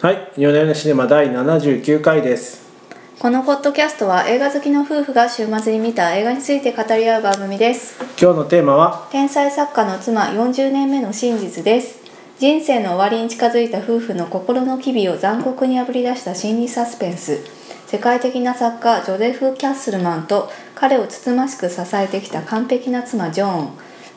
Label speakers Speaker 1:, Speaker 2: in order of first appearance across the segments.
Speaker 1: はい、夜な夜なシネマ第79回です。
Speaker 2: このポッドキャストは映画好きの夫婦が週末に見た映画について語り合う番組です
Speaker 1: 今日のテーマは、
Speaker 2: 天才作家の妻40年目の真実です人生の終わりに近づいた夫婦の心の機微を残酷に破り出した心理サスペンス世界的な作家ジョゼフ・キャッスルマンと彼をつつましく支えてきた完璧な妻ジョーン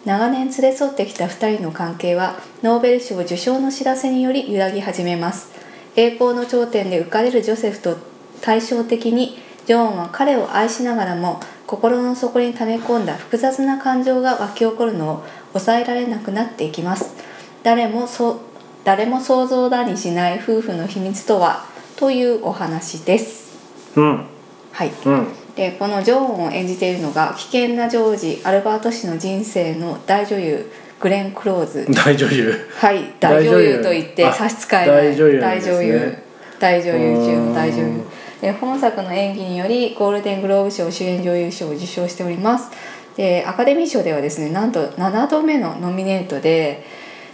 Speaker 2: 長年連れ添ってきた2人の関係はノーベル賞受賞の知らせにより揺らぎ始めます栄光の頂点で浮かれるジョセフと対照的にジョーンは彼を愛しながらも心の底に溜め込んだ複雑な感情が湧き起こるのを抑えられなくなっていきます誰もそ誰も想像だにしない夫婦の秘密とはというお話です
Speaker 1: うん、
Speaker 2: はい
Speaker 1: うん、
Speaker 2: でこのジョーンを演じているのが危険なジョージ・アルバート氏の人生の大女優グレン・クローズ
Speaker 1: 大女優。
Speaker 2: はい大女優と言って
Speaker 1: あ
Speaker 2: 差し支えない
Speaker 1: 大女優なん
Speaker 2: 大
Speaker 1: ですね
Speaker 2: 女優大女優中の大女
Speaker 1: うーん
Speaker 2: 優で本作の演技によりゴールデングローブ賞主演女優賞を受賞しておりますでアカデミー賞ではですねなんと7度目のノミネートで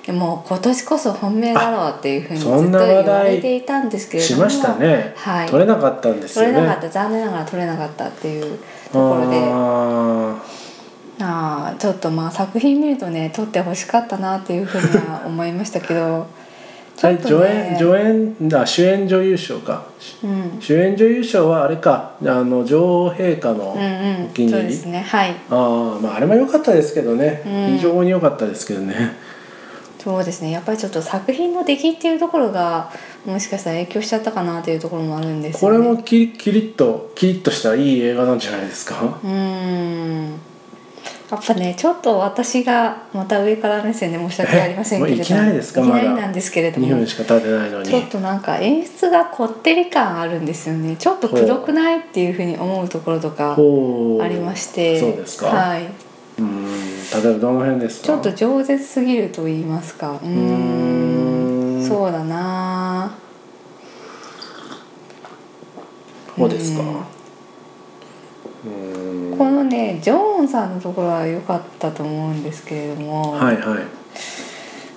Speaker 2: でもう今年こそ本命だろうっていうふうにずっ
Speaker 1: あそ
Speaker 2: と
Speaker 1: ん
Speaker 2: 言
Speaker 1: な話題
Speaker 2: われていたんですけれども
Speaker 1: しましたね。
Speaker 2: はい
Speaker 1: 取れなかったんですよ
Speaker 2: 取れ
Speaker 1: ね。
Speaker 2: なかった残念ながら取れなかったっていうところで
Speaker 1: あ
Speaker 2: あーちょっとまあ作品見るとね撮ってほしかったなっていうふうには思いました けど
Speaker 1: ーはい、助演、
Speaker 2: 演、
Speaker 1: 助演、だ、主演女優賞か。
Speaker 2: うん、
Speaker 1: 主演女優賞はあれか、あの女王陛下の
Speaker 2: うん
Speaker 1: お
Speaker 2: う
Speaker 1: 気
Speaker 2: ん
Speaker 1: に
Speaker 2: そう
Speaker 1: 入
Speaker 2: で
Speaker 1: り。
Speaker 2: すねはい
Speaker 1: ああ、まあ、あれも良かったですけどね、
Speaker 2: うん
Speaker 1: 非常に良かったですけどね。
Speaker 2: そうですねやっぱりちょっと作品の出来っていうところがもしかしたら影響しちゃったかなというところもあるんです
Speaker 1: こ
Speaker 2: よ
Speaker 1: れ
Speaker 2: ね
Speaker 1: もキリ、キリッと、キリッとしたいい映画なんじゃないですか。
Speaker 2: うーんやっぱねちょっと私がまた上から目線で申し訳ありませんけ
Speaker 1: え
Speaker 2: れど
Speaker 1: もういきなりですか
Speaker 2: いきなり
Speaker 1: まだ
Speaker 2: なんですけれど
Speaker 1: 2
Speaker 2: も
Speaker 1: 分しか経ってないのに。
Speaker 2: ちょっとなんか演出がこってり感あるんですよねちょっとくどくないっていうふうに思うところとか
Speaker 1: ほう
Speaker 2: ありまして
Speaker 1: そうですか、
Speaker 2: はい、
Speaker 1: うーん例えばどの辺ですか
Speaker 2: ちょっと饒舌すぎると言いますかうーん
Speaker 1: うーん
Speaker 2: そうだな
Speaker 1: こうですか
Speaker 2: うん
Speaker 1: うーん
Speaker 2: このねジョーンさんのところは良かったと思うんですけれども、
Speaker 1: はいはい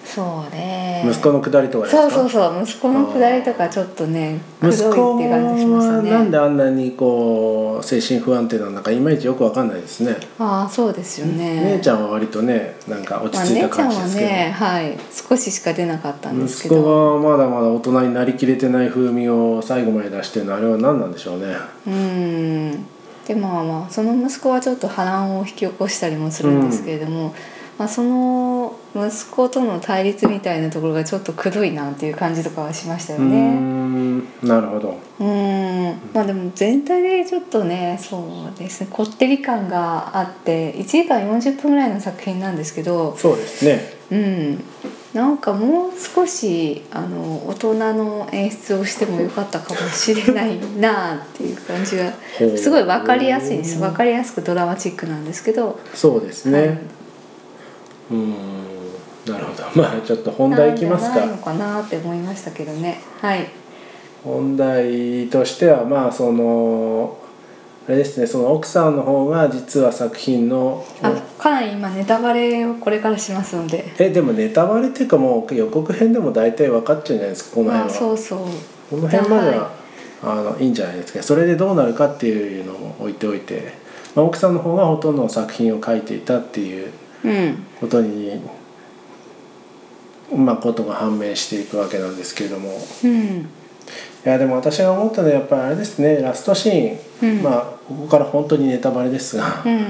Speaker 2: そうね
Speaker 1: 息子のくだりとかですか
Speaker 2: そうそうそう息子のくだりとかちょっとねくどいっ
Speaker 1: 息子
Speaker 2: て感じしました
Speaker 1: は
Speaker 2: ね
Speaker 1: なんであんなにこう精神不安定なのかいまいちよくわかんないですね、
Speaker 2: ああそうですよね
Speaker 1: 姉ちゃんは割とねなんか落
Speaker 2: まあ、
Speaker 1: ち着い
Speaker 2: 姉
Speaker 1: た
Speaker 2: ちゃ
Speaker 1: 感
Speaker 2: ん
Speaker 1: じで
Speaker 2: は
Speaker 1: すけど、
Speaker 2: ねはい少ししか出なかったんですけ
Speaker 1: 息
Speaker 2: ど
Speaker 1: 子がまだまだ大人になりきれてない風味を最後まで出してるのあれは何なんでしょうね
Speaker 2: うんでまあまあその息子はちょっと波乱を引き起こしたりもするんですけれども、まあ、その息子との対立みたいなところがちょっとくどいなっていう感じとかはしましたよ
Speaker 1: うー
Speaker 2: ね。
Speaker 1: んなるほど
Speaker 2: うんまあでも全体でちょっとねそうですねこってり感があって1時間40分ぐらいの作品なんですけど
Speaker 1: そうですね
Speaker 2: うんなんかもう少しあの大人の演出をしてもよかったかもしれないなっていう感じが
Speaker 1: ほう
Speaker 2: すごい分かりやすいんです
Speaker 1: うん
Speaker 2: 分かりやすくドラマチックなんですけど
Speaker 1: そうですね、
Speaker 2: はいう
Speaker 1: ーんなるほど まあちょっと本題いきます
Speaker 2: なんじゃない
Speaker 1: か
Speaker 2: のかなって思いましたけどねはい
Speaker 1: 本題としてはまあそのあれですねその奥さんの方が実は作品の
Speaker 2: あかなり今ネタバレをこれからしますので
Speaker 1: えでもネタバレっていうかもう予告編でも大体分かっちゃうんじゃないですかこの
Speaker 2: まあ
Speaker 1: 辺は、
Speaker 2: そうそう
Speaker 1: この辺までは、
Speaker 2: はい
Speaker 1: あのいいんじゃないですかそれでどうなるかっていうのを置いておいて、まあ、奥さんの方がほとんどの作品を書いていたっていう
Speaker 2: うん
Speaker 1: ことにまあことが判明していくわけなんですけれども
Speaker 2: うん
Speaker 1: いやでも私が思ったのはやっぱりあれですねラストシーン、
Speaker 2: うん
Speaker 1: まあここから本当にネタバレですが、
Speaker 2: うん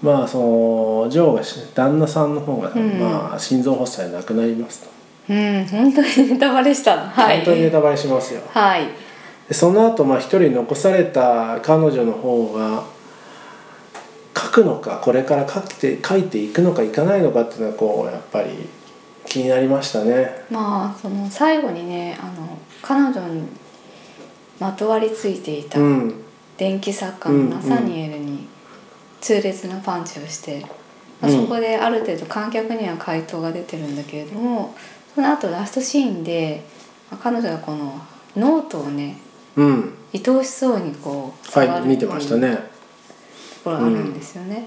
Speaker 1: まあそのジョーがし旦那さんの方が、
Speaker 2: うん
Speaker 1: まあ心臓発作で亡くなりますと、
Speaker 2: うん本当にネタバレしたのはい
Speaker 1: 本当にネタバレしますよ
Speaker 2: はい
Speaker 1: でその後まあ一人残された彼女の方が書くのかこれから書いて書いていくのかいかないのかっていうのはこうやっぱり気になりましたね
Speaker 2: まあその最後にねあの彼女にまとわりついていた
Speaker 1: うん
Speaker 2: 電気作家のナサニエルに痛烈なパンチをして、まあ、
Speaker 1: うん
Speaker 2: そこである程度観客には回答が出てるんだけれどもその後ラストシーンでまあ彼女がこのノートをね
Speaker 1: うん
Speaker 2: 愛おしそうにこう
Speaker 1: はい見てました
Speaker 2: と
Speaker 1: ね
Speaker 2: ころがあるんですよね。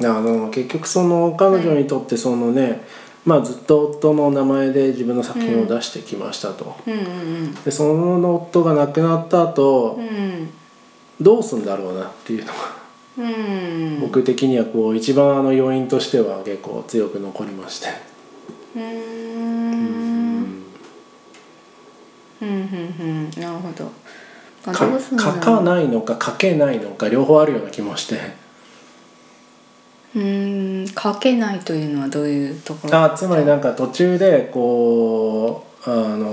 Speaker 1: あの結局その彼女にとってそのね、まあ、ずっと夫の名前で自分の作品を出してきましたと、
Speaker 2: うんうん
Speaker 1: でその夫が亡くなった後、
Speaker 2: うん
Speaker 1: どうすんだろうなっていうのが、
Speaker 2: うん
Speaker 1: 僕的にはこう一番あの要因としては結構強く残りまして、
Speaker 2: うーんうんうんうんなるほど
Speaker 1: か
Speaker 2: どうすん
Speaker 1: 書
Speaker 2: だろう
Speaker 1: かないのか書けないのか両方あるような気もして
Speaker 2: うーん書けないというのはどういうところ
Speaker 1: あつまりなんか途中でこうあの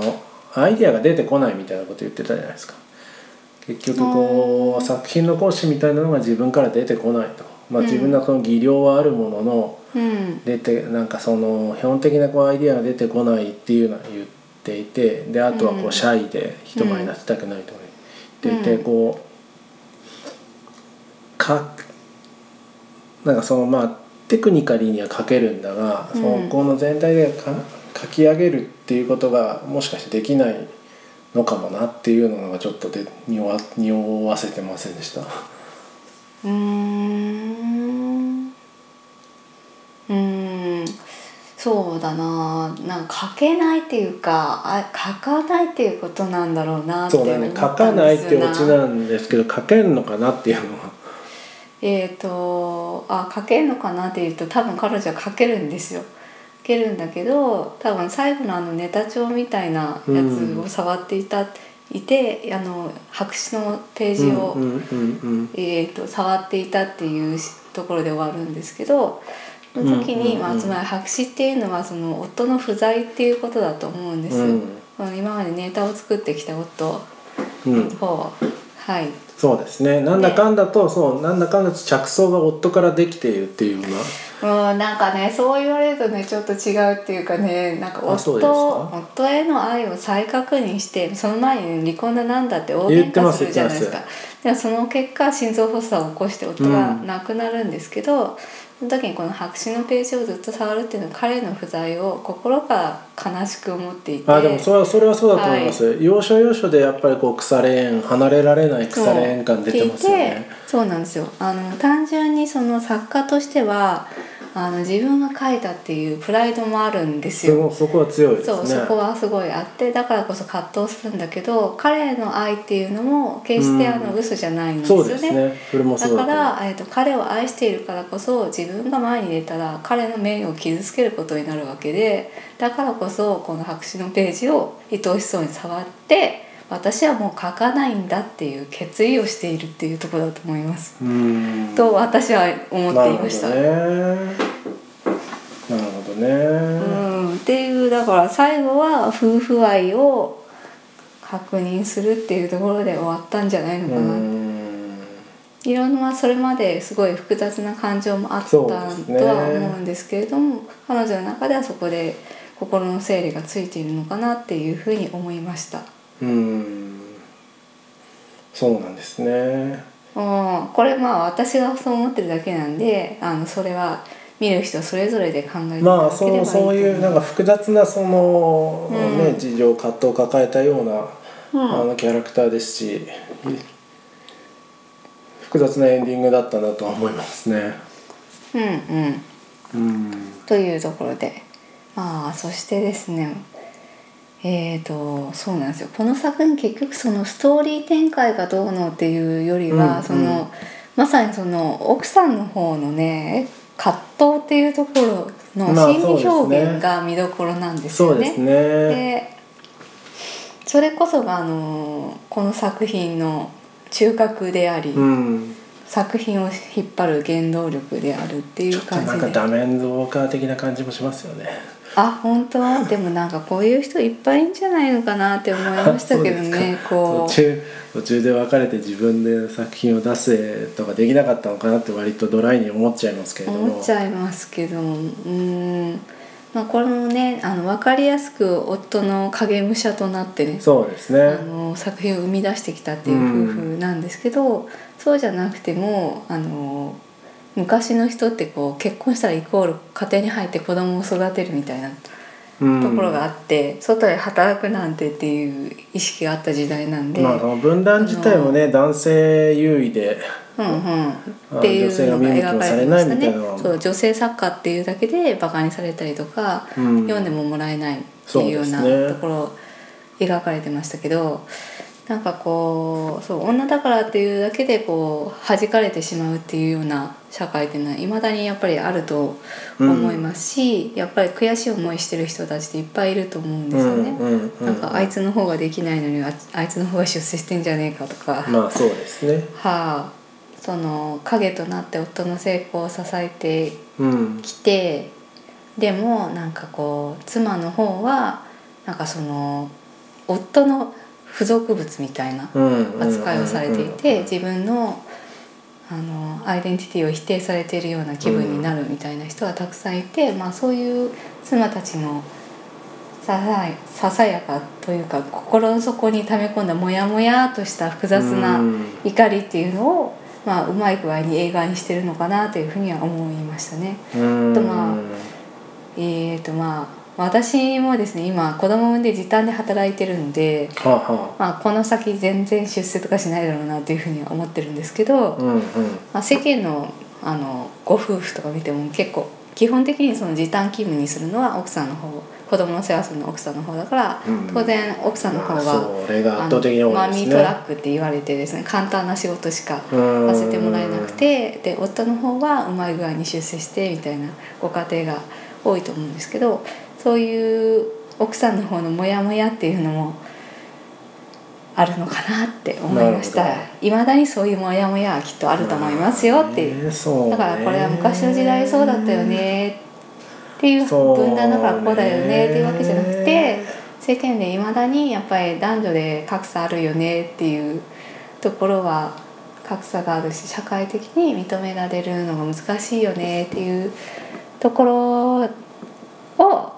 Speaker 1: アイディアが出てこないみたいなこと言ってたじゃないですか結局こ
Speaker 2: あー
Speaker 1: う作品の講師みたいなのが自分から出てこないと、まあ、
Speaker 2: うん
Speaker 1: 自分のその技量はあるものの、
Speaker 2: うん
Speaker 1: 出てなんかその基本的なこうアイディアが出てこないっていうのは言っていてであとはこ
Speaker 2: うん
Speaker 1: うシャイで人前に出したくないとか言っていて、
Speaker 2: うん
Speaker 1: こうかなんかそのまあテクニカリーには書けるんだが、
Speaker 2: うん
Speaker 1: そのこの全体でか書き上げるっていうことがもしかしてできないのかもなっていうのがちょっとで匂わ匂わせてませんでした。
Speaker 2: うーんうーんそうだななんか書けないっていうかあ書かないっていうことなんだろうなって
Speaker 1: そうだ
Speaker 2: 思
Speaker 1: ね
Speaker 2: っ
Speaker 1: 書
Speaker 2: た
Speaker 1: か
Speaker 2: ん
Speaker 1: ない
Speaker 2: で
Speaker 1: っ
Speaker 2: す
Speaker 1: て
Speaker 2: よ
Speaker 1: オチなんですけど書けるのかなっていうのは。
Speaker 2: えー、とあ書けるのかなっていうと多分彼女は書けるんですよ書けるんだけど多分最後のあのネタ帳みたいなやつを触っていた、いてあの白紙のページを、
Speaker 1: うんうんうん
Speaker 2: えー、と触っていたっていうところで終わるんですけどその時
Speaker 1: う
Speaker 2: に、
Speaker 1: んうんうん
Speaker 2: まあ、つまり白紙っていうのはその夫の不在っていうことだと思うんです、
Speaker 1: うん
Speaker 2: その今までネタを作ってきた夫
Speaker 1: うんう
Speaker 2: の
Speaker 1: ん、
Speaker 2: 方はい
Speaker 1: そうですねなんだかんだと、そうなんだかんだと着想が夫からできているっていうような
Speaker 2: うん、なんかねそう言われるとねちょっと違うっていうかねなんか
Speaker 1: あそう
Speaker 2: 夫
Speaker 1: ですか
Speaker 2: 夫への愛を再確認してその前に、ね、離婚だなんだって大
Speaker 1: 言
Speaker 2: 喧
Speaker 1: って
Speaker 2: 嘩
Speaker 1: ます
Speaker 2: するじゃないですか
Speaker 1: 言っ
Speaker 2: でもその結果心臓発作を起こして夫が
Speaker 1: うん
Speaker 2: 亡くなるんですけど、その時にこの白紙のページをずっと触るっていうのは彼の不在を心から悲しく思っていて
Speaker 1: あでもそれはそれはそうだと思います、要所要所でやっぱりこう腐れ縁離れられない
Speaker 2: そう
Speaker 1: 腐れ縁感出てますよね
Speaker 2: 聞いてそうなんですよあの単純にその作家としてはあの自分が書いたっていうプライドもあるんですよ
Speaker 1: そこそこは強いですね
Speaker 2: そうそこはすごいあってだからこそ葛藤するんだけど彼の愛っていうのも決してあの
Speaker 1: うん
Speaker 2: 嘘じゃないんです
Speaker 1: そ
Speaker 2: よ
Speaker 1: うです
Speaker 2: ね。
Speaker 1: ねそれも
Speaker 2: だ
Speaker 1: そうだ
Speaker 2: か
Speaker 1: と思う
Speaker 2: ら、えー、と彼を愛しているからこそ自分が前に出たら彼の名誉を傷つけることになるわけでだからこそこの白紙のページを愛おしそうに触って私はもう書かないんだっていう決意をしているっていうところだと思います。
Speaker 1: うん
Speaker 2: と私は思っていました。
Speaker 1: なるほどねなるほどね、
Speaker 2: うん、っていうだから最後は夫婦愛を確認するっていうところで終わったんじゃないのかな、
Speaker 1: うん
Speaker 2: いろんなそれまですごい複雑な感情もあったと
Speaker 1: そう
Speaker 2: は
Speaker 1: ですね
Speaker 2: 思うんですけれども、彼女の中ではそこで心の整理がついているのかなっていうふうに思いました。
Speaker 1: うんそうなんですね
Speaker 2: うんこれまあ私がそう思ってるだけなんであのそれは見る人それぞれで考えていた
Speaker 1: まあ
Speaker 2: だけ
Speaker 1: そ
Speaker 2: ればい
Speaker 1: の
Speaker 2: いと思います。
Speaker 1: そういうなんか複雑なその、
Speaker 2: うん
Speaker 1: ね事情葛藤を抱えたような、
Speaker 2: うん
Speaker 1: あのキャラクターですし複雑なエンディングだったなとは思いますね。
Speaker 2: うんうん
Speaker 1: うん、
Speaker 2: というところでまあそしてですねえー、とそうなんですよこの作品結局そのストーリー展開がどうのっていうよりは、
Speaker 1: うん
Speaker 2: そ
Speaker 1: うん
Speaker 2: のまさにその奥さんの方のね葛藤っていうところの
Speaker 1: まあ
Speaker 2: 心理
Speaker 1: そうです
Speaker 2: 表
Speaker 1: ね
Speaker 2: 現が見どころなんです
Speaker 1: そ
Speaker 2: よ
Speaker 1: うです
Speaker 2: ね。
Speaker 1: ね。
Speaker 2: でそれこそがあのこの作品の中核であり、
Speaker 1: うん、
Speaker 2: 作品を引っ張る原動力であるってい
Speaker 1: ちょ
Speaker 2: う
Speaker 1: っと
Speaker 2: 感じで
Speaker 1: なんかダメンズウォーカー的な感じもしますよね。
Speaker 2: あ本当でもなんかこういう人いっぱいいんじゃないのかなって思いましたけ ど
Speaker 1: そうで
Speaker 2: ね
Speaker 1: すか
Speaker 2: こ
Speaker 1: 途
Speaker 2: う
Speaker 1: 中途中で別れて自分で作品を出せとかできなかったのかなって割とドライに思っちゃいますけれども。
Speaker 2: 思っちゃいますけどうーん、まあ、これもねあの分かりやすく夫の影武者となってね
Speaker 1: そうですね。
Speaker 2: あの作品を生み出してきたっていう夫婦なんですけど、そうじゃなくてもあの昔の人ってこう結婚したらイコール家庭に入って子供を育てるみたいな
Speaker 1: うん
Speaker 2: ところがあって、外で働くなんてっていう意識があった時代なんで、
Speaker 1: まあその分断自体もね男性優位で
Speaker 2: うんうん、っていうのが描かれてましたねそう女性作家っていうだけでバカにされたりとか、
Speaker 1: うん
Speaker 2: 読んでももらえないっていうような
Speaker 1: そうですね
Speaker 2: ところを描かれてましたけど、なんかこうそう女だからっていうだけでこう弾かれてしまうっていうような社会っていうのはいまだにやっぱりあると思いますし、やっぱり悔しい思いしてる人たちっていっぱいいると思うんですよね。
Speaker 1: うんうんうん
Speaker 2: なんかあいつの方ができないのにああいつの方が出世してんじゃねえかとか、
Speaker 1: まあそうですね
Speaker 2: はあ、その影となって夫の成功を支えて
Speaker 1: うん
Speaker 2: きてでもなんかこう妻の方はなんかその夫の付属物みたいな扱
Speaker 1: 扱
Speaker 2: いをされていて自分のあのアイデンティティを否定されているような気分になるみたいな人はたくさんいて、まあ、そういう妻たちのささいささやかというか心の底に溜め込んだモヤモヤとした複雑な怒りっていうのを、まあ、うまい具合に映画にしてるのかなというふうには思いましたね。
Speaker 1: うん
Speaker 2: とまあえー、とまあ私もですね今子供産んで時短で働いてるんで、
Speaker 1: はあは
Speaker 2: まあ、この先全然出世とかしないだろうなというふうには思ってるんですけど、
Speaker 1: あうんうん
Speaker 2: まあ、世間のあのご夫婦とか見ても結構基本的にその時短勤務にするのは奥さんの方子供の世話するのは奥さんの方だから、
Speaker 1: うん
Speaker 2: 当然奥さんの方
Speaker 1: まあ
Speaker 2: が。
Speaker 1: それが
Speaker 2: あ
Speaker 1: 圧倒
Speaker 2: の
Speaker 1: 的に多
Speaker 2: マ
Speaker 1: いで
Speaker 2: ミ
Speaker 1: す
Speaker 2: ー
Speaker 1: ね
Speaker 2: トラックって言われてですね簡単な仕事しか
Speaker 1: うん
Speaker 2: させてもらえなくてで夫の方はうまい具合に出世してみたいなご家庭が多いと思うんですけどそういう奥さんの方のモヤモヤっていうのもあるのかなって思いまし
Speaker 1: なる
Speaker 2: た
Speaker 1: ほ
Speaker 2: いまだにそういうモヤモヤはきっとあると思いますよっていう
Speaker 1: まあねそうね
Speaker 2: だからこれは昔の時代そうだったよねっていう分断だからこうだよねっていうわけじゃなく
Speaker 1: そう
Speaker 2: て
Speaker 1: ね
Speaker 2: 世間でいまだにやっぱり男女で格差あるよねっていうところは格差があるし社会的に認められるのが難しいよねっていうところを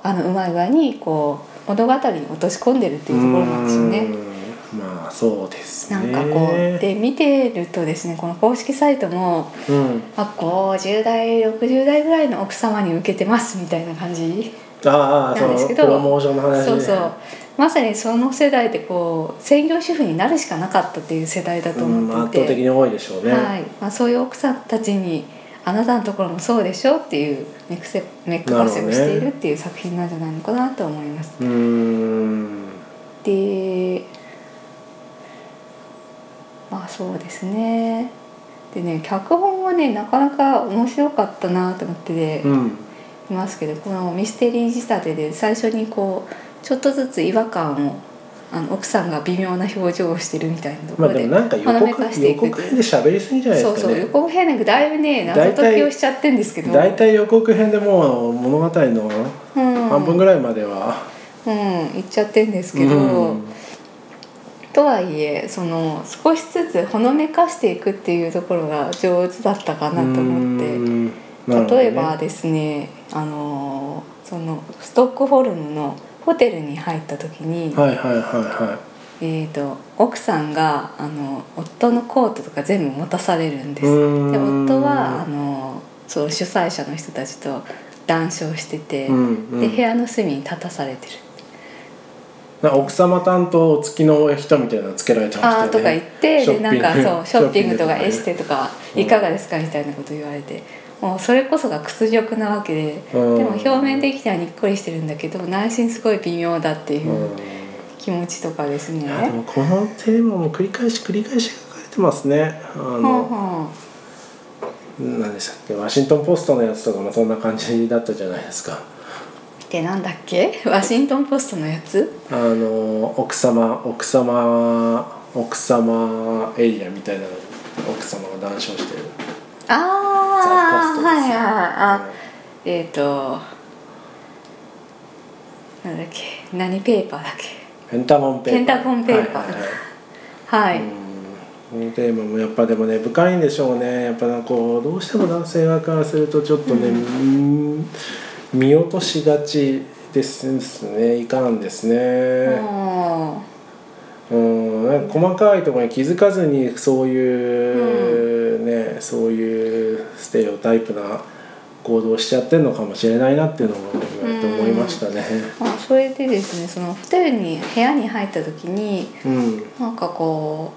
Speaker 2: あのうまい具合にこう物語に落とし込んでるっていうところなんですよね。
Speaker 1: うんまあそうです
Speaker 2: な
Speaker 1: ね
Speaker 2: んかこうで見てるとですねこの公式サイトも
Speaker 1: うん
Speaker 2: あ50代60代ぐらいの奥様に受けてますみたいな感じ
Speaker 1: ああそ
Speaker 2: なんです
Speaker 1: の
Speaker 2: け
Speaker 1: プ
Speaker 2: ど
Speaker 1: ロモーションの話ね
Speaker 2: そうそうまさにその世代でこう専業主婦になるしかなかったっていう世代だと
Speaker 1: うん
Speaker 2: 思
Speaker 1: 圧倒
Speaker 2: って
Speaker 1: 的
Speaker 2: いて、
Speaker 1: に多いでしょうね
Speaker 2: はいまあ、そういう奥さんたちにあなたのところもそうでしょっていう目くせ目くばせをしているっていう作品なんじゃないのかなと思います。
Speaker 1: うーん
Speaker 2: でまあそうですねでね脚本はねなかなか面白かったなと思ってて
Speaker 1: うん
Speaker 2: いますけどこのミステリー仕立てで最初にこうちょっとずつ違和感をあの奥さんが微妙な表情をしてるみたいなとこ
Speaker 1: まあ
Speaker 2: ろ
Speaker 1: で
Speaker 2: で
Speaker 1: もなんか予
Speaker 2: ほのめ
Speaker 1: 告
Speaker 2: かして
Speaker 1: 予
Speaker 2: いく
Speaker 1: 告編で喋りすぎじゃないで
Speaker 2: そ
Speaker 1: す
Speaker 2: う
Speaker 1: か
Speaker 2: そう
Speaker 1: ね
Speaker 2: 予告編なんかだいぶね謎解きをしちゃってんですけど
Speaker 1: 大体予告編でもう物語の半分ぐらいまでは、
Speaker 2: うん、うん、言っちゃってんですけど、
Speaker 1: うん
Speaker 2: とはいえその少しずつほのめかしていくっていうところが上手だったかなと思って。
Speaker 1: うんなるほどね
Speaker 2: 例えばですねあのそのストックホルムのホテルに入った時に、
Speaker 1: はいはいはいは
Speaker 2: えー、と奥さんがあの夫のコートとか全部持たされるんで
Speaker 1: い
Speaker 2: す。で夫はあ
Speaker 1: あ
Speaker 2: のそう主催者の人たちと談笑してて、で部
Speaker 1: で
Speaker 2: 屋の隅に立たされてる。
Speaker 1: 奥様担当お付きの人みたいなのつけられてましたよ
Speaker 2: あ
Speaker 1: ね
Speaker 2: ーとか言って
Speaker 1: ショッ
Speaker 2: で
Speaker 1: ピ
Speaker 2: なん
Speaker 1: ング
Speaker 2: かそうショッピングとか
Speaker 1: ショ
Speaker 2: エ
Speaker 1: ッ
Speaker 2: ス
Speaker 1: ね
Speaker 2: テとか
Speaker 1: うん
Speaker 2: いかがですかみたいなこと言われて、もうそれこそが屈辱なわけで、
Speaker 1: うん
Speaker 2: でも表面的にはにっこりしてるんだけど内心すごい微妙だっていううん気持ちとかですね。
Speaker 1: いやでもこのテーマも繰り返し繰り返し書かれてますねあ
Speaker 2: ほん
Speaker 1: の、
Speaker 2: ほん
Speaker 1: 何でしたっけワシントン・ポストのやつとかもそんな感じだったじゃないですか
Speaker 2: でなんだっけ ワシントン・ポストのやつ
Speaker 1: あの奥様奥様奥様エリアみたいなのに奥様が談笑してる
Speaker 2: あ
Speaker 1: ザ
Speaker 2: あ
Speaker 1: ポストです
Speaker 2: はいはいはいあえっ、となんだっけ何ペーパーだっけ
Speaker 1: ペンタゴンペーパー
Speaker 2: ペンタゴンペーパー
Speaker 1: はいはいはい
Speaker 2: はい、
Speaker 1: このテーマもやっぱでもね深いんでしょうねやっぱなんかこうどうしても男性側からするとちょっとね、うん見落としがちですねいかんですね、
Speaker 2: も
Speaker 1: うん、なんか細かいところに気づかずにそういう、ねそういうステレオタイプな行動をしちゃってるのかもしれないなっていうのも今と思いましたね。
Speaker 2: まあ、それでですねそのホテルに部屋に入った時に
Speaker 1: うん、
Speaker 2: なんかこ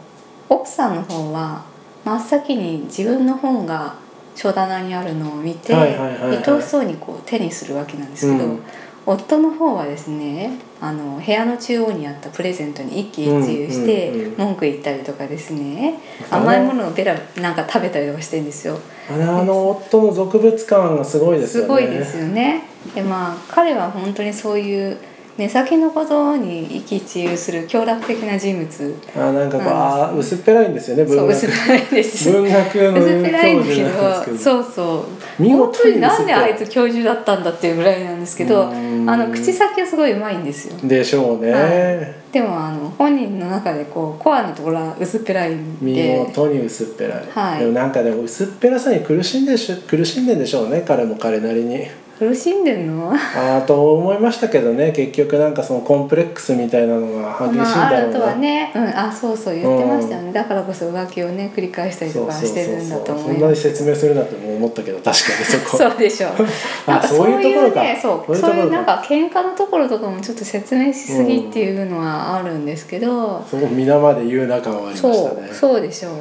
Speaker 2: う奥さんの方は真っ先に自分の本が書棚にあるのを見て
Speaker 1: はいはいはいはい
Speaker 2: 愛おしそうにこう手にするわけなんですけど、
Speaker 1: うん
Speaker 2: 夫の方はですねあの部屋の中央にあったプレゼントに一喜一憂して
Speaker 1: うんうんうん
Speaker 2: 文句言ったりとかですね、
Speaker 1: あの
Speaker 2: 甘いものをベラなんか食べたりとかしてるんですよ。
Speaker 1: あれあの夫の俗物感がすごいですよね。
Speaker 2: すごいですよね。でまあ彼は本当にそういう目先のことに一喜一憂する強楽的な人物
Speaker 1: あなんかこう、
Speaker 2: うん
Speaker 1: あー薄っぺらいんですよね
Speaker 2: そ
Speaker 1: 文
Speaker 2: う薄
Speaker 1: 学
Speaker 2: っぺらいです
Speaker 1: 文学の
Speaker 2: 薄っぺらいんだ
Speaker 1: 教
Speaker 2: け
Speaker 1: 授なんです
Speaker 2: ど
Speaker 1: けど。
Speaker 2: そうそう
Speaker 1: 見
Speaker 2: 本当
Speaker 1: 事
Speaker 2: に
Speaker 1: に薄っぺらい
Speaker 2: なんであいつ教授だったんだっていうぐらいなんですけ
Speaker 1: う
Speaker 2: どあ
Speaker 1: ーん
Speaker 2: の口先はすごいうまいんですよ
Speaker 1: でしょうね。
Speaker 2: はでもあの本人の中でこうコアのところは薄っぺらいん
Speaker 1: 見
Speaker 2: で
Speaker 1: 事に薄っぺらい、
Speaker 2: はい
Speaker 1: でもなんかでも薄っぺらさに苦しんでしょ苦しんでんでしょうね彼も彼なりに
Speaker 2: 苦しんでんの
Speaker 1: あーと思いましたけどね結局なんかそのコンプレックスみたいなのが激しいん
Speaker 2: まあ、あ
Speaker 1: だろ
Speaker 2: る
Speaker 1: う
Speaker 2: と
Speaker 1: な、
Speaker 2: はね、うん、あそうそう言ってましたよね、だからこそ浮気をね繰り返したりと
Speaker 1: そう
Speaker 2: か
Speaker 1: そう
Speaker 2: してるんだ
Speaker 1: そう
Speaker 2: と
Speaker 1: そうそ
Speaker 2: 思い
Speaker 1: んな
Speaker 2: ま
Speaker 1: に
Speaker 2: す
Speaker 1: 説明するなって思ったけど確かにそこ
Speaker 2: そうでしょうなんか
Speaker 1: そういうところか
Speaker 2: ねそう
Speaker 1: そ
Speaker 2: そうう
Speaker 1: いところ
Speaker 2: いう
Speaker 1: か
Speaker 2: うなんか喧嘩のところとかもちょっと説明しすぎっていうのはあるんですけど、
Speaker 1: そう皆まで言う仲はありました
Speaker 2: そう
Speaker 1: ね
Speaker 2: そうでしょう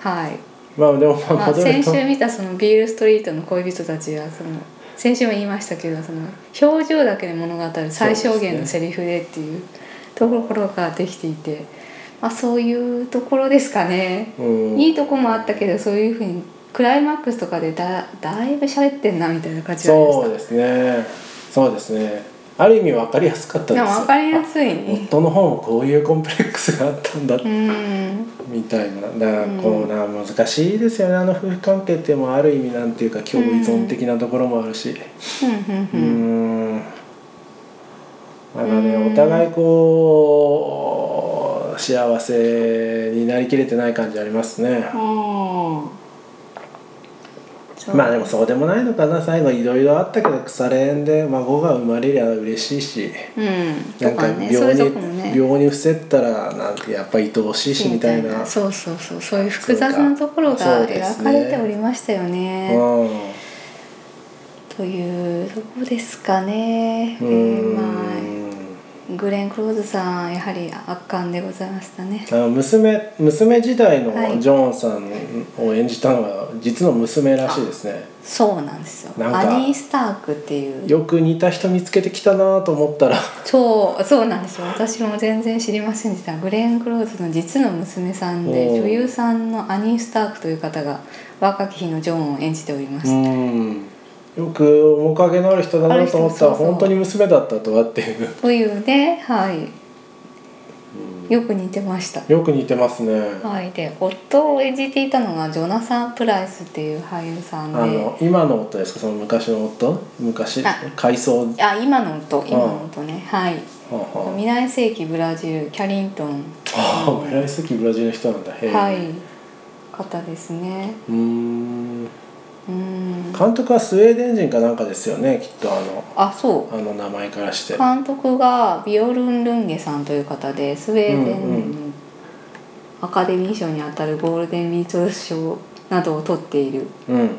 Speaker 2: はい、
Speaker 1: まあでもま
Speaker 2: ま
Speaker 1: あ
Speaker 2: あ、
Speaker 1: 戻る
Speaker 2: 先
Speaker 1: と、
Speaker 2: 週見たそのビールストリートの恋人たちはその先週も言いましたけどその表情だけで物語る最小限のセリフでっていうところができていて、まあ、そういうところですかね、
Speaker 1: うん、
Speaker 2: いいとこもあったけどそういうふうにクライマックスとかでだだいぶ喋ってんなみたいな感じがありま
Speaker 1: そう
Speaker 2: し
Speaker 1: ですねそうですねある意味分かりやすかった
Speaker 2: た
Speaker 1: で
Speaker 2: ですも分かりやすいね
Speaker 1: 夫の方もこういうコンプレックスがあったんだ
Speaker 2: うん
Speaker 1: みたいなだからこうな難しいですよねあの夫婦関係っていうのもある意味なんていうか共依存的なところもあるし
Speaker 2: うんうん
Speaker 1: う
Speaker 2: うん
Speaker 1: んなんかね
Speaker 2: うん
Speaker 1: お互いこう幸せになりきれてない感じありますね
Speaker 2: ああ
Speaker 1: まあでもそうでもないのかな最後いろいろあったけど腐れ縁で孫が生まれりゃ嬉しいし
Speaker 2: うん、
Speaker 1: な
Speaker 2: と
Speaker 1: んか
Speaker 2: か
Speaker 1: 病
Speaker 2: ね
Speaker 1: に
Speaker 2: そういうとこもね
Speaker 1: 病に伏せったらなんてやっぱ愛おしいしみたいな
Speaker 2: そうそうそうそういう複雑なところ
Speaker 1: そう
Speaker 2: が
Speaker 1: か
Speaker 2: 描かれておりましたよね。
Speaker 1: うん
Speaker 2: というとこですかね。え
Speaker 1: う
Speaker 2: ー、
Speaker 1: ん
Speaker 2: まあグレン・クローズさんやはり圧巻でございましたね。
Speaker 1: あの娘娘時代
Speaker 2: はい
Speaker 1: のジョーンさんを演じたのが実の娘らしいですね、
Speaker 2: そうなんですよ。
Speaker 1: なんか
Speaker 2: アニー・スタークっていう。
Speaker 1: よく似た人見つけてきたなと思ったら
Speaker 2: そうそうなんですよ私も全然知りませんでしたグレン・クローズの実の娘さんで
Speaker 1: おー
Speaker 2: 女優さんのアニー・スタークという方が若き日のジョーンを演じておりま
Speaker 1: う
Speaker 2: す、
Speaker 1: んよく面影のある人だなと思ったら
Speaker 2: ある人そうそう
Speaker 1: 本当に娘だったとはっていう
Speaker 2: というねはいよく似てました
Speaker 1: よく似てますね、
Speaker 2: はい、で夫を演じていたのがジョナサン・プライスっていう俳優さんで
Speaker 1: あの今の夫ですかその昔の夫昔
Speaker 2: あ
Speaker 1: 回想は
Speaker 2: あ今の夫今の夫ね、はい
Speaker 1: あは
Speaker 2: 未来世紀ブラジルキャリントン
Speaker 1: あああ村井関ブラジルの人なんだへえ、
Speaker 2: はい方ですね
Speaker 1: うーん
Speaker 2: うん
Speaker 1: 監督はスウェーデン人かなんかですよねきっとあの
Speaker 2: あそ
Speaker 1: あ
Speaker 2: う
Speaker 1: の名前からして
Speaker 2: 監督がビオルン・ルンゲさんという方でスウェーデ
Speaker 1: うんう
Speaker 2: ンアカデミー賞にあたるゴールデン・ビートル賞などを取っている
Speaker 1: うん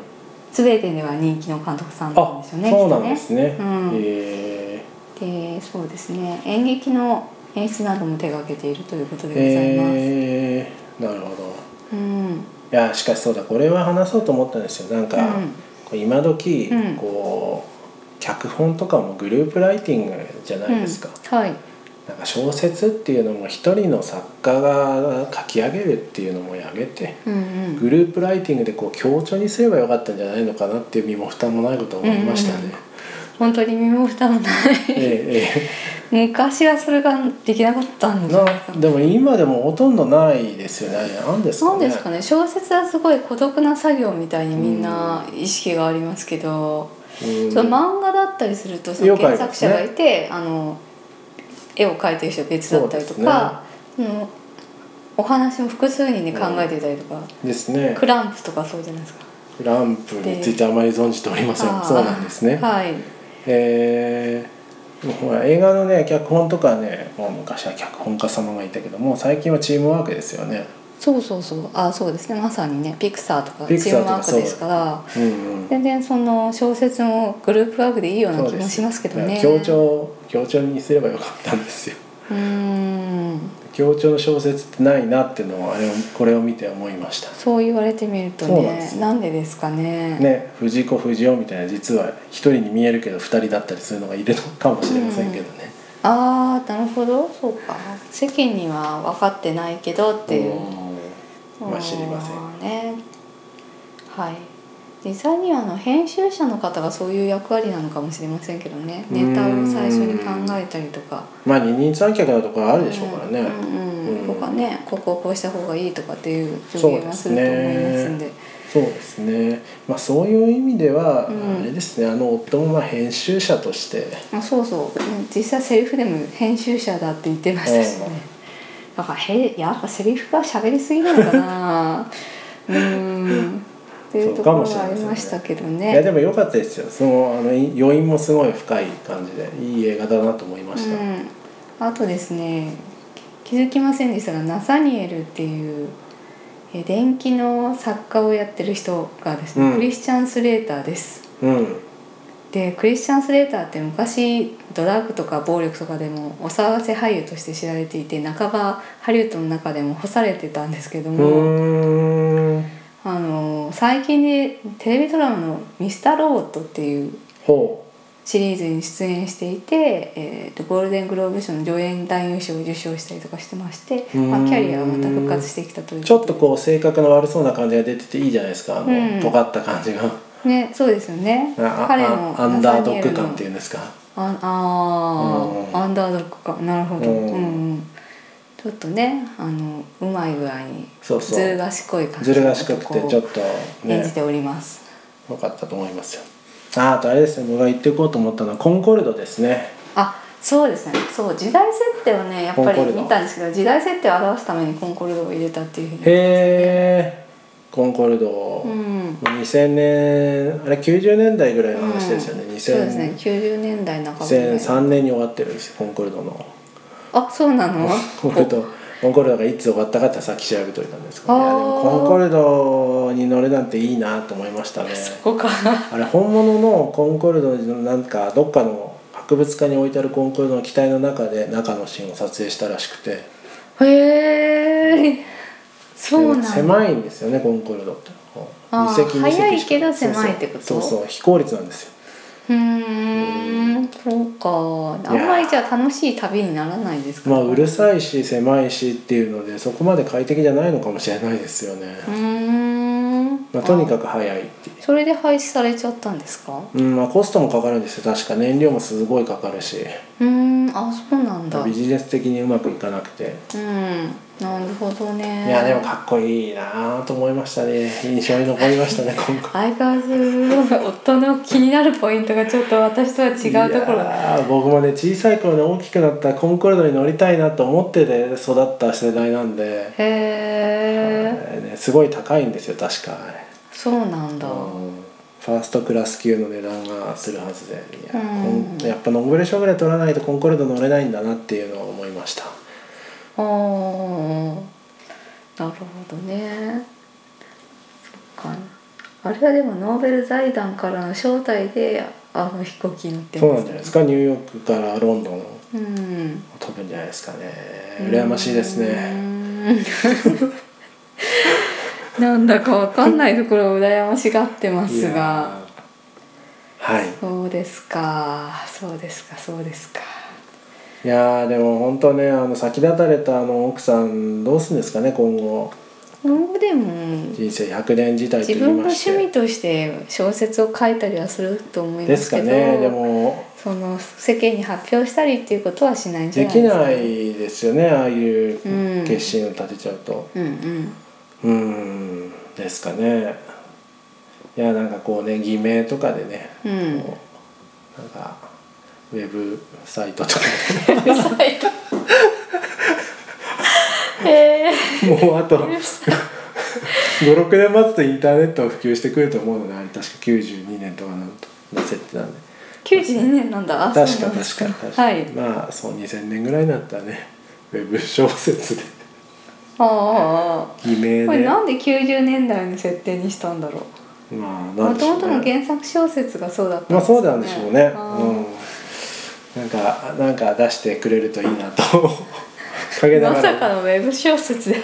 Speaker 2: スウェーデンでは人気の監督さんなん
Speaker 1: あ
Speaker 2: で、すよね
Speaker 1: そう
Speaker 2: きっ
Speaker 1: な
Speaker 2: と
Speaker 1: ん
Speaker 2: ね
Speaker 1: ですね。
Speaker 2: うん
Speaker 1: え
Speaker 2: でそうですね演劇の演出なども手がけているということで
Speaker 1: ー
Speaker 2: ございます、
Speaker 1: えーなるほど。
Speaker 2: うん
Speaker 1: いやしかしそうだこれは話そうと思ったんですよ。なんか、
Speaker 2: うん
Speaker 1: こう今時、
Speaker 2: うん
Speaker 1: こう脚本とかもグループライティングじゃないですか。
Speaker 2: うん、はい
Speaker 1: なんか小説っていうのも一人の作家が書き上げるっていうのもやめて。
Speaker 2: うんうん
Speaker 1: グループライティングでこう強調にすればよかったんじゃないのかなっていう身も蓋もないことを思いましたね。
Speaker 2: うん本当に身も蓋もない
Speaker 1: ええええ
Speaker 2: 昔はそれができなかった んだ
Speaker 1: なでも今でもほとんどないですよね何ですか
Speaker 2: そう
Speaker 1: ね
Speaker 2: ですかね小説はすごい孤独な作業みたいにみんな意識がありますけど、
Speaker 1: うん
Speaker 2: その漫画だったりするとそ
Speaker 1: よ
Speaker 2: の
Speaker 1: くあ
Speaker 2: 原
Speaker 1: りま
Speaker 2: 作
Speaker 1: すね
Speaker 2: 者がいて、あの絵を描いてる人は別だったりとかそ、のお話を複数人で考えていたりとか、
Speaker 1: ですね
Speaker 2: クランプとかそうじゃないですか。
Speaker 1: ランプについてあまり存じておりません
Speaker 2: あー
Speaker 1: そうなんですね
Speaker 2: はい。
Speaker 1: えーほら映画のね脚本とかねもう昔は脚本家様がいたけどもう最近はチームワークですよね
Speaker 2: そうそうそうあそうですねまさにねピクサーとか
Speaker 1: ピク
Speaker 2: チ
Speaker 1: サー
Speaker 2: ー
Speaker 1: と
Speaker 2: ム
Speaker 1: か
Speaker 2: ワークですから
Speaker 1: うんうん
Speaker 2: 全然その小説もグループワークでいいような
Speaker 1: そう
Speaker 2: 気
Speaker 1: で
Speaker 2: もしますけどね
Speaker 1: 協調協調にすればよかったんですよ
Speaker 2: うーん
Speaker 1: 協調の小説ってないなっていうのをあれをこれを見て思いました
Speaker 2: そう言われてみると
Speaker 1: そうなんで
Speaker 2: ね
Speaker 1: す
Speaker 2: な
Speaker 1: よ
Speaker 2: んでですかね
Speaker 1: ね藤子不二雄みたいな実は一人に見えるけど二人だったりするのがいるのかもしれませんけどね、
Speaker 2: ああなるほどそうか世間には分かってないけどっていう
Speaker 1: うんまあ知りません
Speaker 2: あーねはい実際にはあの編集者の方がそういう役割なのかもしれませんけどね
Speaker 1: うーん
Speaker 2: ネタを最初に考えたりとか
Speaker 1: まあ二人三脚のところあるでしょうからね、
Speaker 2: うんうん
Speaker 1: う
Speaker 2: と
Speaker 1: ん
Speaker 2: かねここをこうした方がいいとかっていう助言はすると思いますんで
Speaker 1: そうですねまあそういう意味では、
Speaker 2: うん
Speaker 1: あれですねあの夫もまあ編集者として
Speaker 2: あそうそううん実際セリフでも編集者だって言ってましたしね、
Speaker 1: うん
Speaker 2: だからへやっぱセリフが喋りすぎなの かなうーんっていうところはありましたけど
Speaker 1: いや
Speaker 2: ね
Speaker 1: でも良かったですよそのあのい余韻もすごい深い感じでいい映画だなと思いました、
Speaker 2: うん、あとですね気づきませんでしたがナサニエルっていうえ電気の作家をやってる人がですね、
Speaker 1: うん
Speaker 2: クリスチャン・スレーターです
Speaker 1: うん、
Speaker 2: でクリスチャン・スレーターって昔ドラッグとか暴力とかでもお騒がせ俳優として知られていて半ばハリウッドの中でも干されてたんですけど
Speaker 1: う
Speaker 2: も、
Speaker 1: ーん
Speaker 2: あの最近でテレビドラマの「ミスター・ロボット」っていう
Speaker 1: ほ
Speaker 2: シリーズに出演していて、えーとゴールデングローブ賞の上演男優賞を受賞したりとかしてまして、まあ、
Speaker 1: うん
Speaker 2: キャリアがまた復活してきたという
Speaker 1: うちょっとこう性格の悪そうな感じが出てていいじゃないですかあの、
Speaker 2: うん
Speaker 1: 尖った感じが
Speaker 2: ねそうですよね
Speaker 1: あ
Speaker 2: 彼の
Speaker 1: あアンダードッ
Speaker 2: ナサニエル
Speaker 1: グ
Speaker 2: の
Speaker 1: 感っていうんですか
Speaker 2: ああー
Speaker 1: うん
Speaker 2: アンダードッグかなるほど、う
Speaker 1: うんん
Speaker 2: うん、ちょっとねあのうまい具合に
Speaker 1: そうそう
Speaker 2: ずる賢い感じ
Speaker 1: ず
Speaker 2: の
Speaker 1: る賢くてちょっ
Speaker 2: 男を
Speaker 1: と
Speaker 2: 演じ
Speaker 1: ね
Speaker 2: ております、
Speaker 1: 良かったと思いますよああとあれですね僕が言っていこうと思ったのはコンコルドですね
Speaker 2: あそうですねそう時代設定をねやっぱ
Speaker 1: コン
Speaker 2: り
Speaker 1: コルド
Speaker 2: 見たんですけど時代設定を表すためにコンコルドを入れたっていうふうに
Speaker 1: へえコンコルド、
Speaker 2: うん
Speaker 1: 2000年あれ90年代ぐらいの話ですよね、
Speaker 2: うんそうですね
Speaker 1: 2000
Speaker 2: 90年代半ばぐらい
Speaker 1: 2003年に終わってるんですよコンコルドの
Speaker 2: あそうなの
Speaker 1: コンコルドコンコルドがいつ終わったかってさっき調べといたんですけど、ね、いやでも
Speaker 2: あー
Speaker 1: コンコルドに乗るなんていいなと思いましたね
Speaker 2: ここか
Speaker 1: あれ本物のコンコルドのなんかどっかの博物館に置いてあるコンコルドの機体の中で中のシーンを撮影したらしくて
Speaker 2: へえそうなんだ
Speaker 1: 狭いんですよねコンコルドって
Speaker 2: あー
Speaker 1: 二席二席しか
Speaker 2: 速いけど狭いってこと
Speaker 1: そうそうそうそう非効率なんですよ
Speaker 2: うーんそうかあ
Speaker 1: いや
Speaker 2: んまりじゃあ楽しい旅にならないですか
Speaker 1: まあうる
Speaker 2: い
Speaker 1: さいし狭いしっていうのでそこまで快適じゃないのかもしれないですよね、
Speaker 2: うーん、
Speaker 1: まあ、とにか
Speaker 2: く
Speaker 1: く早いっていう
Speaker 2: それで廃止されちゃったんですか
Speaker 1: うんまあ、コストもかかるんですよ確か燃料もすごいかかるし
Speaker 2: うーんあそうなんだう
Speaker 1: ビジネス的にうまくいかなくて、
Speaker 2: んなるほどね
Speaker 1: いやでもかっこいいなと思いましたね印象に残りました ね今回
Speaker 2: 相変わらず夫の気になるポイントがちょっと私とは違うとこ
Speaker 1: い
Speaker 2: ろ
Speaker 1: やー僕もね小さい頃に大きくなったコンコルドに乗りたいなと思ってで育った世代なんで、
Speaker 2: へえ
Speaker 1: えーね、すごい高いんですよ確かあれ
Speaker 2: そうなんだ
Speaker 1: ファーストクラス級の値段がするはずでいや,こ
Speaker 2: う
Speaker 1: ん、
Speaker 2: ん
Speaker 1: やっぱノーベル賞ぐらい取らないとコンコルド乗れないんだなっていうのを思いました
Speaker 2: あーなるほどねそっかあれはでもノーベル財団からの招待であの飛行機に乗って
Speaker 1: そう
Speaker 2: ま
Speaker 1: なん
Speaker 2: す
Speaker 1: じゃない
Speaker 2: ね
Speaker 1: ですかニューヨークからロンドンを
Speaker 2: うん
Speaker 1: 飛ぶんじゃないですかね羨ましいですね
Speaker 2: うん なんだかわかんないところを羨ましがってま
Speaker 1: い
Speaker 2: すが
Speaker 1: やーはい
Speaker 2: そうですかそうですかそうですか
Speaker 1: いやーでも本当ねあの先立たれたあの奥さんどうするんですかね今後
Speaker 2: 今後でも
Speaker 1: 人生100年時代と
Speaker 2: 自
Speaker 1: 言い
Speaker 2: 分の
Speaker 1: まし
Speaker 2: 趣
Speaker 1: て
Speaker 2: 味として小説を書いたりはすると思いま
Speaker 1: ですす
Speaker 2: け
Speaker 1: か
Speaker 2: ど
Speaker 1: ねでも
Speaker 2: その世間に発表したりっていうことはしないんじゃ
Speaker 1: で
Speaker 2: ない
Speaker 1: き
Speaker 2: で
Speaker 1: な、
Speaker 2: すか
Speaker 1: いですよねああいう
Speaker 2: うん
Speaker 1: 決心を立てちゃうと
Speaker 2: うんうん、
Speaker 1: うんですかねいやなんかこうね偽名とかでね、
Speaker 2: う ん
Speaker 1: こうなんかウェブサイトとか
Speaker 2: うるさいとえ
Speaker 1: で もうあと
Speaker 2: ー、うるさい
Speaker 1: 56年待つとインターネットを普及してくると思うのであれ確か92年とかなんとの設定なんで
Speaker 2: 92年なんだあ
Speaker 1: 確
Speaker 2: そ
Speaker 1: か
Speaker 2: うなん
Speaker 1: 確
Speaker 2: です
Speaker 1: か確か、
Speaker 2: はい
Speaker 1: まあそう2000年ぐらいになったらねウェブ小説で
Speaker 2: あ
Speaker 1: 偽名
Speaker 2: あこれ
Speaker 1: で
Speaker 2: なんで90年代の設定にしたんだろ
Speaker 1: まあ
Speaker 2: う
Speaker 1: な
Speaker 2: も
Speaker 1: んでし
Speaker 2: と
Speaker 1: ょ
Speaker 2: もと
Speaker 1: う
Speaker 2: の
Speaker 1: ね
Speaker 2: 原作小説がそうだった
Speaker 1: まあそう
Speaker 2: よ
Speaker 1: なんでしょうね、
Speaker 2: あ
Speaker 1: うん、なんかなんか出してくれるといいなと 陰
Speaker 2: ー
Speaker 1: な
Speaker 2: ま
Speaker 1: が
Speaker 2: さ
Speaker 1: ら
Speaker 2: かのウェブ小説で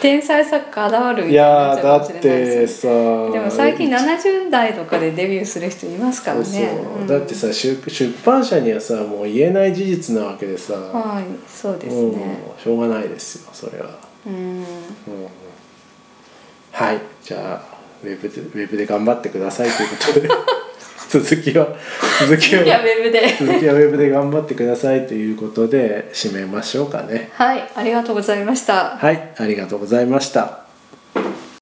Speaker 2: 天才作家現る
Speaker 1: い
Speaker 2: みたいにな
Speaker 1: や
Speaker 2: っち
Speaker 1: ーだ
Speaker 2: ゃうかもし
Speaker 1: っ
Speaker 2: れないで
Speaker 1: て
Speaker 2: す
Speaker 1: さ
Speaker 2: よ
Speaker 1: で
Speaker 2: でも最近70代とかでデビューする人いますからね
Speaker 1: そう
Speaker 2: うん
Speaker 1: だってさ出出版社にはさもう言えない事実なわけでさ、
Speaker 2: はいそうです
Speaker 1: もう
Speaker 2: ね
Speaker 1: しょうがないですよそれは、
Speaker 2: うん
Speaker 1: うん、はいじゃあウェブでウェブで頑張ってくださいと いうことで続きは続き
Speaker 2: いやウ
Speaker 1: は
Speaker 2: ェブで
Speaker 1: 続きはウェブで頑張ってくださいということで締めましょうかね
Speaker 2: はいありがとうございました
Speaker 1: はいありがとうございました